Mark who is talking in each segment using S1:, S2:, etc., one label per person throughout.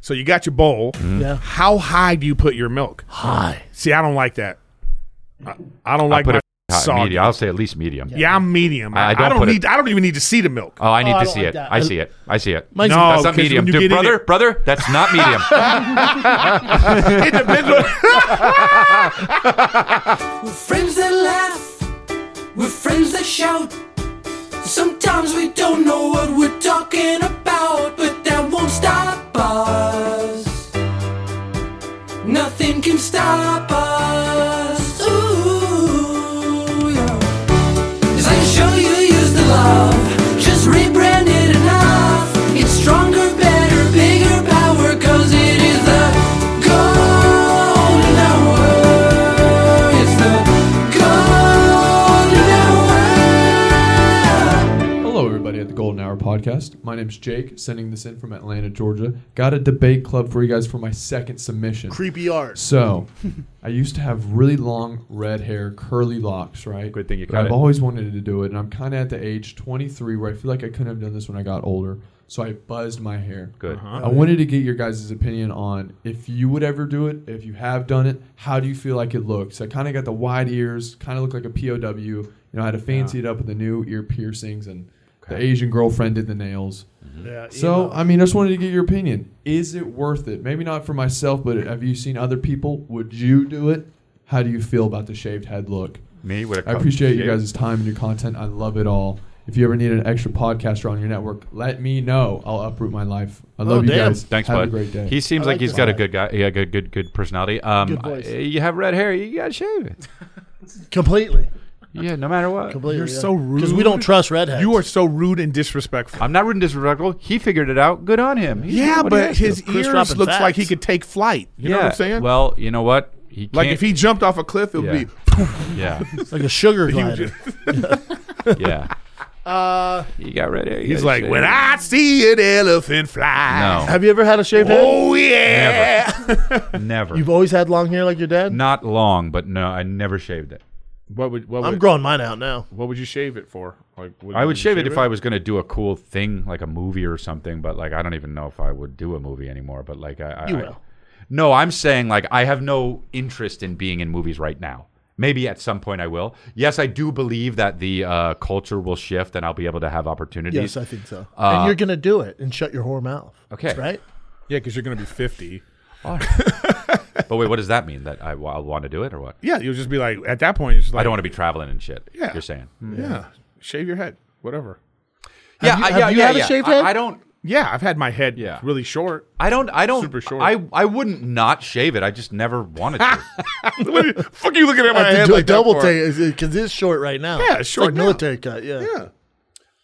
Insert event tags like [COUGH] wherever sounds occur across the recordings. S1: So you got your bowl.
S2: Yeah.
S1: How high do you put your milk?
S2: Hi.
S1: See, I don't like that. I, I don't
S3: I
S1: like
S3: put
S1: my
S3: it hot,
S1: soggy.
S3: Uh, medium. I'll say at least medium.
S1: Yeah, I'm medium.
S3: I- I
S1: I,
S3: don't
S1: don't,
S3: put it-
S1: need. I don't even need to see the milk.
S3: [LAUGHS] Oh, I need
S2: Oh, I
S3: to
S2: don't
S3: see
S2: like
S3: it.
S2: that.
S3: I see it. I see it.
S2: Mine's-
S1: No,
S3: that's not
S1: 'cause when
S3: medium,
S1: you get
S3: dude.
S1: in
S3: Brother,
S1: it-
S3: brother, that's
S1: [LAUGHS]
S3: not medium.
S1: It depends [LAUGHS] on-
S4: Friends that laugh, we're friends that shout. Sometimes we don't know what we're talking about, but that won't stop us. Nothing can stop us. Ooh, yeah. 'Cause I'm sure you used to love, just rebrand it enough. It's stronger, better, bigger power, 'cause it is the golden hour. It's the golden hour.
S5: Hello, everybody at the Golden Hour Podcast. My name's Jake, sending this in from Atlanta, Georgia. Got a debate club for you guys for my second submission.
S2: Creepy art.
S3: [LAUGHS]
S5: So, I used to have really long red hair, curly locks, right?
S3: Good thing you
S5: But
S3: cut
S5: I've
S3: it.
S5: always wanted to do it, and I'm kind of at the age 23 where I feel like I couldn't have done this when I got older. So I buzzed my hair.
S3: Good.
S5: I wanted to get your guys' opinion on if you would ever do it, if you have done it, how do you feel like it looks? I kind of got the wide ears, kind of looked like a POW. You know, I had to fancy it up with the new ear piercings, and the Asian girlfriend did the nails.
S2: Yeah,
S5: So,
S2: emo.
S5: I mean, I just wanted to get your opinion. Is it worth it? Maybe not for myself, but have you seen other people? Would you do it? How do you feel about the shaved head look?
S3: Me with a
S5: I
S3: cup
S5: appreciate you
S3: shape.
S5: guys' time and your content. I love it all. If you ever need an extra podcaster on your network, let me know. I'll uproot my life. I love you
S2: damn.
S5: guys.
S3: Oh, Thanks,
S5: Have
S3: bud.
S5: a great day.
S3: He seems
S2: I
S3: like,
S2: like
S3: he's
S2: this
S3: got a
S2: guy.
S3: good guy. Yeah, good, good, good personality. Um,
S2: Good voice.
S3: uh, You have red hair. You got to
S1: [LAUGHS]
S3: shave it.
S2: Completely.
S3: Yeah, no matter what.
S2: Completely.
S1: You're so rude.
S2: Because we don't trust redheads.
S1: you are so rude and disrespectful.
S3: I'm not rude and disrespectful. He figured it out. Good on him. He's
S1: yeah,
S3: doing what he
S1: but
S3: has to.
S1: his
S2: Chris
S1: ears
S2: dropping
S1: looks like
S2: facts.
S1: he could take flight. You know
S3: Yeah.
S1: what I'm saying?
S3: Well, you know what? He
S1: like
S3: can't-
S1: if he jumped off a cliff, it would
S3: Yeah.
S1: be. [LAUGHS]
S3: Yeah,
S2: like a sugar glider.
S3: yeah. Uh, you got red hair. you
S1: He's
S3: gotta
S1: like,
S3: shave
S1: when
S3: it."
S1: I see an elephant fly.
S3: No.
S2: Have you ever had a shaved
S1: [LAUGHS]
S2: head?
S1: Oh yeah.
S3: Never.
S2: You've always had long hair like your dad?
S3: Not long, but no, I never shaved it.
S1: What would what
S2: I'm
S1: would,
S2: growing mine out now.
S1: what would you shave it for? Like would
S3: I
S1: you
S3: would shave it if I was going to do a cool thing, like a movie or something. But like, I don't even know if I would do a movie anymore. But like, I, I
S2: You
S3: I-
S2: will.
S3: No, I'm saying like I have no interest in being in movies right now. Maybe at some point I will. Yes, I do believe that the uh, culture will shift and I'll be able to have opportunities.
S2: Yes, I think so. and you're gonna do it and shut your whore mouth.
S3: Okay.
S2: Right?
S1: Yeah, because you're going to be 50.
S2: [LAUGHS]
S3: but wait, what does that mean? That I will want to do it or what?
S1: Yeah, you'll just be like at that point. You're just like
S3: I don't want to be traveling and shit.
S1: Yeah.
S3: You're saying.
S1: Yeah, shave your head, whatever.
S3: Yeah,
S2: you-
S3: I-
S2: Hmm. have
S3: yeah,
S2: you
S3: yeah,
S2: had a
S3: yeah.
S2: shaved
S3: I-
S2: head?
S3: I don't.
S1: Yeah, I've had my head
S3: Yeah.
S1: really short.
S3: I don't. I don't.
S1: Super short.
S3: I I wouldn't not shave it. I just never
S2: [LAUGHS]
S3: wanted to.
S1: [LAUGHS] What are you- fuck you looking at my
S2: I have
S1: head
S2: to do
S1: like
S2: a double
S1: that for?
S2: take because it's short right now.
S1: Yeah, it's
S2: It's
S1: short
S2: like
S1: now.
S2: military cut. Yeah,
S1: Yeah,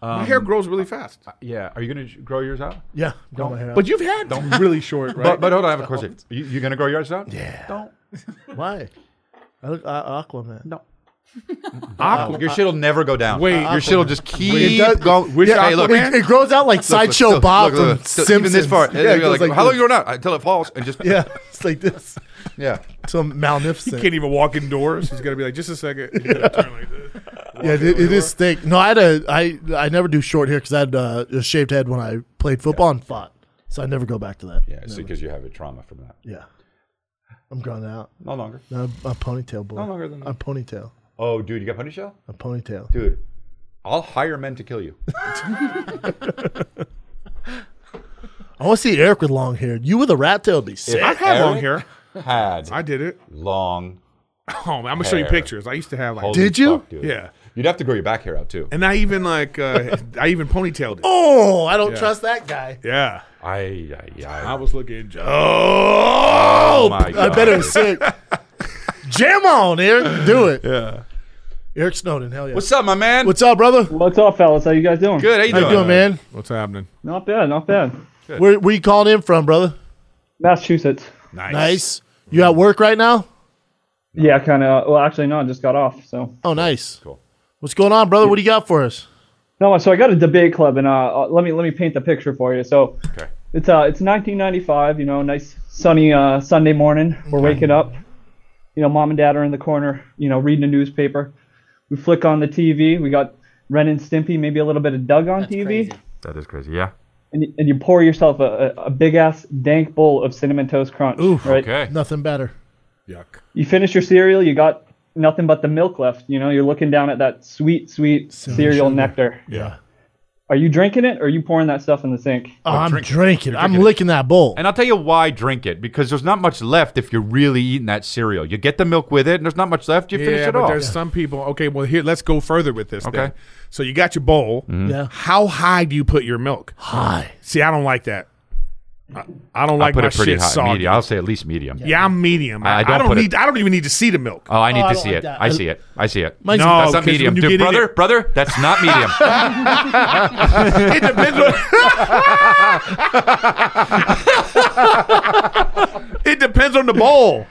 S1: my hair grows really fast.
S3: yeah. Are you gonna j- grow yours out?
S2: yeah. Grow my hair out.
S1: But you've had really short, right?
S3: But, uh, but hold on, I have a question. You, you gonna grow yours out? Yeah. Don't.
S2: why? I look uh, Aquaman.
S3: No.
S1: Aqua-
S3: Ah, Your shit'll never go down. Ah,
S1: Wait.
S3: your shit'll just keep
S1: It does-
S3: going.
S1: Which
S3: hey, look,
S1: Aquaman?
S3: look,
S2: It, it grows out like
S3: look,
S2: sideshow
S3: look,
S2: Bob
S3: look, look,
S2: from
S3: still-
S2: Simpsons.
S3: Even this far.
S2: Yeah, [LAUGHS] it
S3: You're
S2: goes
S3: like,
S2: like
S3: how long
S2: this.
S3: you growing out? Until it falls and just
S2: Yeah, [LAUGHS] it's like this.
S3: yeah.
S2: Some
S1: he
S2: magnificent.
S1: can't even walk indoors. He's gonna be like, just a second. He's gonna turn like this.
S2: Yeah, it, it is thick. No, I had a I I never do short hair because I had uh, a shaved head when I played football and fought, so I never go back to that.
S3: Yeah, it's because you have a trauma from that.
S2: yeah. I'm grown out.
S3: No longer.
S2: No, I'm a ponytail boy.
S3: No longer than that.
S2: a ponytail.
S3: Oh, dude, you got pony shell?
S2: A ponytail.
S3: Dude, I'll hire men to kill [LAUGHS] you.
S2: I want to see Eric with long hair. You with a rat tail would be sick.
S1: I've had long
S3: Eric
S1: hair.
S3: Had
S1: I did it.
S3: long.
S1: Oh man, I'm gonna show you
S3: Hair.
S1: pictures. I used to have like,
S3: holy
S2: Did you?
S3: fuck, dude.
S1: yeah,
S3: You'd have to grow your back hair out too.
S1: [LAUGHS] and I even like uh, [LAUGHS] I even ponytailed it.
S2: Oh, I don't
S1: Yeah.
S2: trust that guy.
S1: Yeah,
S3: I, I,
S1: I
S3: I,
S1: was looking.
S2: Oh,
S3: my
S2: I bet it
S3: God.
S2: was
S3: [LAUGHS]
S2: sick. Jam on, Eric. Do it. Yeah. Eric Snowden. Hell yeah. What's,
S3: What's up, my man?
S2: up, brother?
S6: What's up, fellas? How you guys doing?
S3: good? How you
S2: How you
S3: doing?
S2: doing, man?
S1: What's happening?
S6: Not bad, not bad.
S2: Where, where you calling in from, brother?
S6: Massachusetts.
S3: Nice.
S2: Nice. You at work right now?
S6: Yeah, kind of. Well, actually, no, I just got off. So
S2: Oh, nice.
S3: Cool.
S2: What's going on, brother? What do you got for
S3: [LAUGHS]
S2: us?
S6: no, so I got a debate club, and uh, uh, let me let me paint the picture for you. So
S3: Okay.
S6: it's uh, it's 1995. You know, nice sunny uh, Sunday morning. We're waking up. You know, mom and dad are in the corner. You know, reading a newspaper. We flick on the TV. We got Ren and Stimpy, maybe a little bit of Doug on TV.
S3: That is crazy. Yeah.
S6: and, y- and you pour yourself a, a, a big ass dank bowl of cinnamon toast crunch.
S2: Oof.
S6: right?
S3: Okay.
S2: Nothing better.
S1: Yuck.
S6: You finish your cereal, you got nothing but the milk left. You know, you're looking down at that sweet, sweet
S2: Cinnamon
S6: cereal
S2: sugar.
S6: nectar.
S1: Yeah.
S6: Are you drinking it, or are you pouring that stuff in the sink?
S2: Oh, I'm
S3: drink it.
S2: drinking. it. I'm
S3: drinking it.
S2: licking that bowl.
S3: And I'll tell you why drink it because there's not much left if you're really eating that cereal. You get the milk with it, and there's not much left. You finish
S1: yeah,
S3: it
S1: but
S3: off.
S1: there's some people. Okay, well here, let's go further with this.
S3: Okay. Mm-hmm.
S1: Then. So you got your bowl.
S2: yeah.
S1: How high do you put your milk?
S2: Hi.
S1: See, I don't like that. I, I don't
S3: I
S1: like
S3: put
S1: my
S3: it pretty
S1: shit
S3: high.
S1: soggy.
S3: Medium. I'll say at least medium.
S1: Yeah, I'm medium.
S3: I- I
S1: I, I
S3: don't
S1: don't,
S3: put it-
S1: need. I don't even need to see the
S3: [LAUGHS]
S1: milk.
S3: Oh, I need
S2: Oh, I
S3: to
S2: don't
S3: see
S2: like
S3: it.
S2: that.
S3: I see it. I see it.
S2: Mine's-
S1: No,
S3: That's not
S1: 'cause when
S3: medium,
S1: you
S3: dude.
S1: get in
S3: Brother,
S1: it-
S3: brother, that's
S1: [LAUGHS]
S3: not medium.
S1: it depends on. [LAUGHS] it depends on the bowl.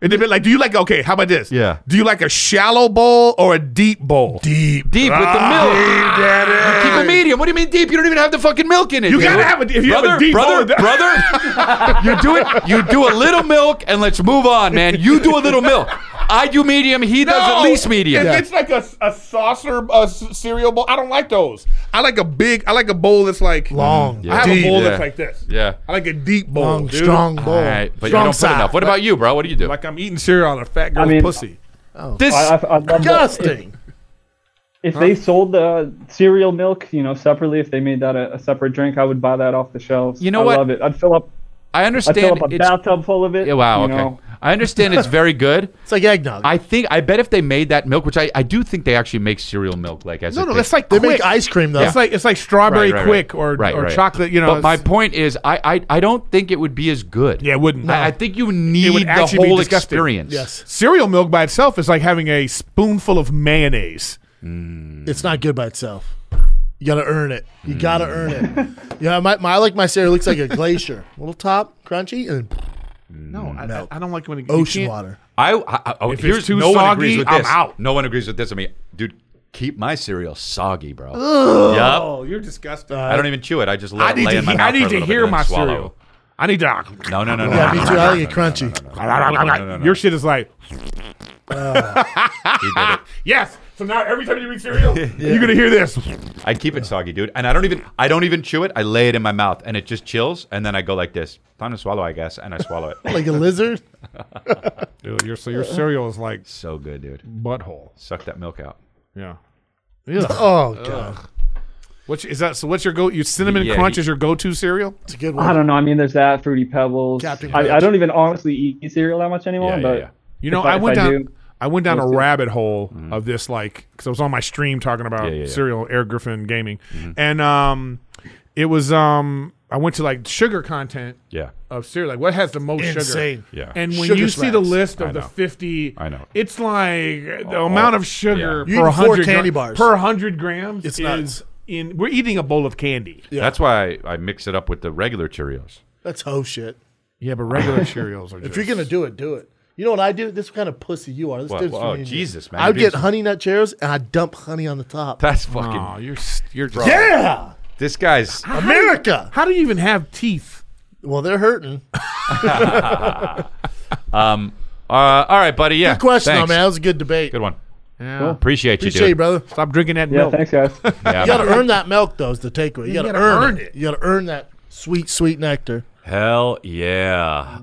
S1: It depends. Like, do you like? Okay, how about this?
S3: Yeah.
S1: Do you like a shallow bowl or a deep bowl?
S2: Deep.
S3: deep with the
S1: Ah,
S3: milk.
S1: deep, daddy.
S3: Keep it medium. What do you mean deep? You don't even have the fucking milk in it.
S1: You
S3: dude.
S1: gotta have a- if you have a
S3: brother,
S1: deep
S3: brother,
S1: bowl- [LAUGHS]
S3: brother. you do it. You do a little milk, and let's move on, man. You do a little milk. I do medium. He does at
S1: No,
S3: least medium.
S1: If it's like a, a saucer a s- cereal bowl, I don't like those. I like a big. I like a bowl that's like
S2: Long.
S1: I have
S3: Deep,
S1: a bowl
S3: Mm, yeah.
S1: that's like this.
S3: Yeah.
S1: I like a deep bowl,
S2: Long,
S1: dude.
S2: strong bowl.
S3: All right, but you
S2: strong
S3: don't put
S2: side.
S3: enough. What about you, bro? What do you do?
S1: Like I'm eating cereal on a fat girl's
S6: mean-
S1: pussy.
S3: this.
S6: I, I, I love that.
S2: Disgusting.
S6: If, if they sold the cereal milk, you know, separately, if they made that a, a separate drink, I would buy that off the shelves.
S3: You know
S6: I
S3: what?
S6: love it. I'd fill up.
S3: I
S6: I'd fill
S3: understand.
S6: up a
S3: it's,
S6: bathtub full of it.
S3: yeah, wow.
S6: you
S3: Okay.
S6: know.
S3: I
S1: [LAUGHS]
S3: understand. It's very good.
S2: It's like eggnog.
S3: I think. I bet if they made that milk, which I, I do think they actually make cereal milk, like as
S1: No,
S3: a
S1: no,
S3: thing.
S1: that's like
S2: they
S1: quick.
S2: make ice cream though.
S1: It's like it's like strawberry
S3: Right, right,
S1: quick
S3: right.
S1: or
S3: Right,
S1: or
S3: right.
S1: chocolate. You know,
S3: But my
S1: it's-
S3: point is, I, I I don't think it would be as good.
S1: Yeah, it wouldn't.
S3: I, I think you need the
S1: actually be
S3: whole
S1: disgusting.
S3: experience.
S2: yes.
S1: cereal milk by itself is like having a spoonful of mayonnaise.
S3: Mm.
S2: It's not good by itself. You gotta earn it. You gotta earn it.
S3: [LAUGHS]
S2: Yeah, my, my I like my cereal looks like a glacier. [LAUGHS] Little top, crunchy, and
S1: No, I, I- I don't like when it, you
S2: ocean
S1: can't-
S2: water.
S3: I, I, I
S1: If
S3: here's
S1: it's too
S3: no one
S1: soggy,
S3: agrees with
S1: I'm
S3: this.
S1: out.
S3: No one agrees with this. I mean, dude, keep my cereal soggy, bro. Yep.
S1: Oh, you're disgusting.
S3: I don't even chew it. I just let
S1: I
S3: it
S1: need
S3: lay
S1: to
S3: in my
S1: he-
S3: mouth
S1: I
S3: for a
S1: need to
S3: little bit
S1: hear
S3: and
S1: my
S3: then swallow.
S1: cereal. I need to.
S3: No, no, no, no.
S2: Yeah,
S3: no,
S2: me
S3: [LAUGHS] no,
S2: too.
S3: no,
S2: I
S3: no,
S2: like it
S3: no,
S2: crunchy.
S3: no, no, no, no, no, no, no, no.
S1: Your shit is like
S3: He did it.
S1: yes. So now every time you eat cereal, you're gonna hear this.
S3: I keep it soggy, dude, and I don't even I don't even chew it. I lay it in my mouth, and it just chills, and then I go like this. Time to swallow, I guess, and I
S2: [LAUGHS]
S3: swallow it.
S2: Like a
S3: [LAUGHS]
S2: lizard.
S1: Dude, your so your cereal is like
S3: so good, dude.
S1: butthole.
S3: Suck that milk out.
S1: Yeah.
S2: Oh god.
S1: What's is that? So what's your go? Your cinnamon
S3: Yeah,
S1: crunch
S3: he-
S1: is your go-to cereal?
S2: It's a good
S6: I
S2: one.
S6: don't know. I mean, there's that fruity pebbles.
S2: Captain
S6: I, I
S2: Crunch.
S6: don't even honestly eat cereal that much anymore.
S3: Yeah, yeah,
S6: but
S3: yeah.
S1: You know,
S6: If
S1: I,
S6: I- if
S1: went
S6: I
S1: down.
S6: do-
S1: I went down a
S6: Let's do it.
S1: rabbit hole of this, like, because I was on my stream talking about
S3: Yeah, yeah, yeah.
S1: cereal, Air Griffin Gaming, and um, it was um, I went to like sugar content
S3: Yeah.
S1: of cereal, like what has the most
S2: Insane.
S1: sugar.
S3: Yeah.
S1: And when
S2: Sugar
S1: you see the
S2: smacks.
S1: list of
S3: I
S1: the
S3: know.
S1: fifty,
S3: I know. Oh,
S1: it's like the amount of sugar
S2: You
S1: per
S2: eat four
S1: hundred
S2: candy
S1: gra-
S2: bars.
S1: per hundred grams.
S2: It's
S1: is
S2: nuts.
S1: In we're eating a bowl of candy. Yeah,
S3: That's why I mix it up with the regular Cheerios. [LAUGHS]
S2: That's hoe shit.
S1: but regular [LAUGHS] cereals are. Just,
S2: If you're gonna do it, do it. You know what I do? This is what kind of pussy you are. This
S3: What?
S2: dude's
S3: Oh, Jesus, man.
S2: I would
S3: Dude's-
S2: get honey nut cherries and I would dump honey on the top.
S3: That's fucking.
S1: Aw, you're s- you're
S2: Yeah,
S3: This guy's. uh,
S2: America.
S1: How do you even have teeth?
S2: Well, they're
S3: [LAUGHS]
S2: hurting.
S3: Um. Uh. All right, buddy. Yeah.
S2: Good question, though,
S3: Thanks.
S2: man. That was a good debate.
S3: Good one.
S1: Yeah.
S3: Appreciate you,
S2: Appreciate
S3: dude.
S2: you, brother.
S1: Stop drinking that
S6: yeah,
S1: milk.
S6: thanks guys.
S3: Yeah,
S2: You got to earn that milk, though. Is the takeaway. You got to
S1: gotta
S2: earn
S1: earn
S2: it.
S1: it.
S2: You got to earn that sweet, sweet nectar.
S3: Hell yeah.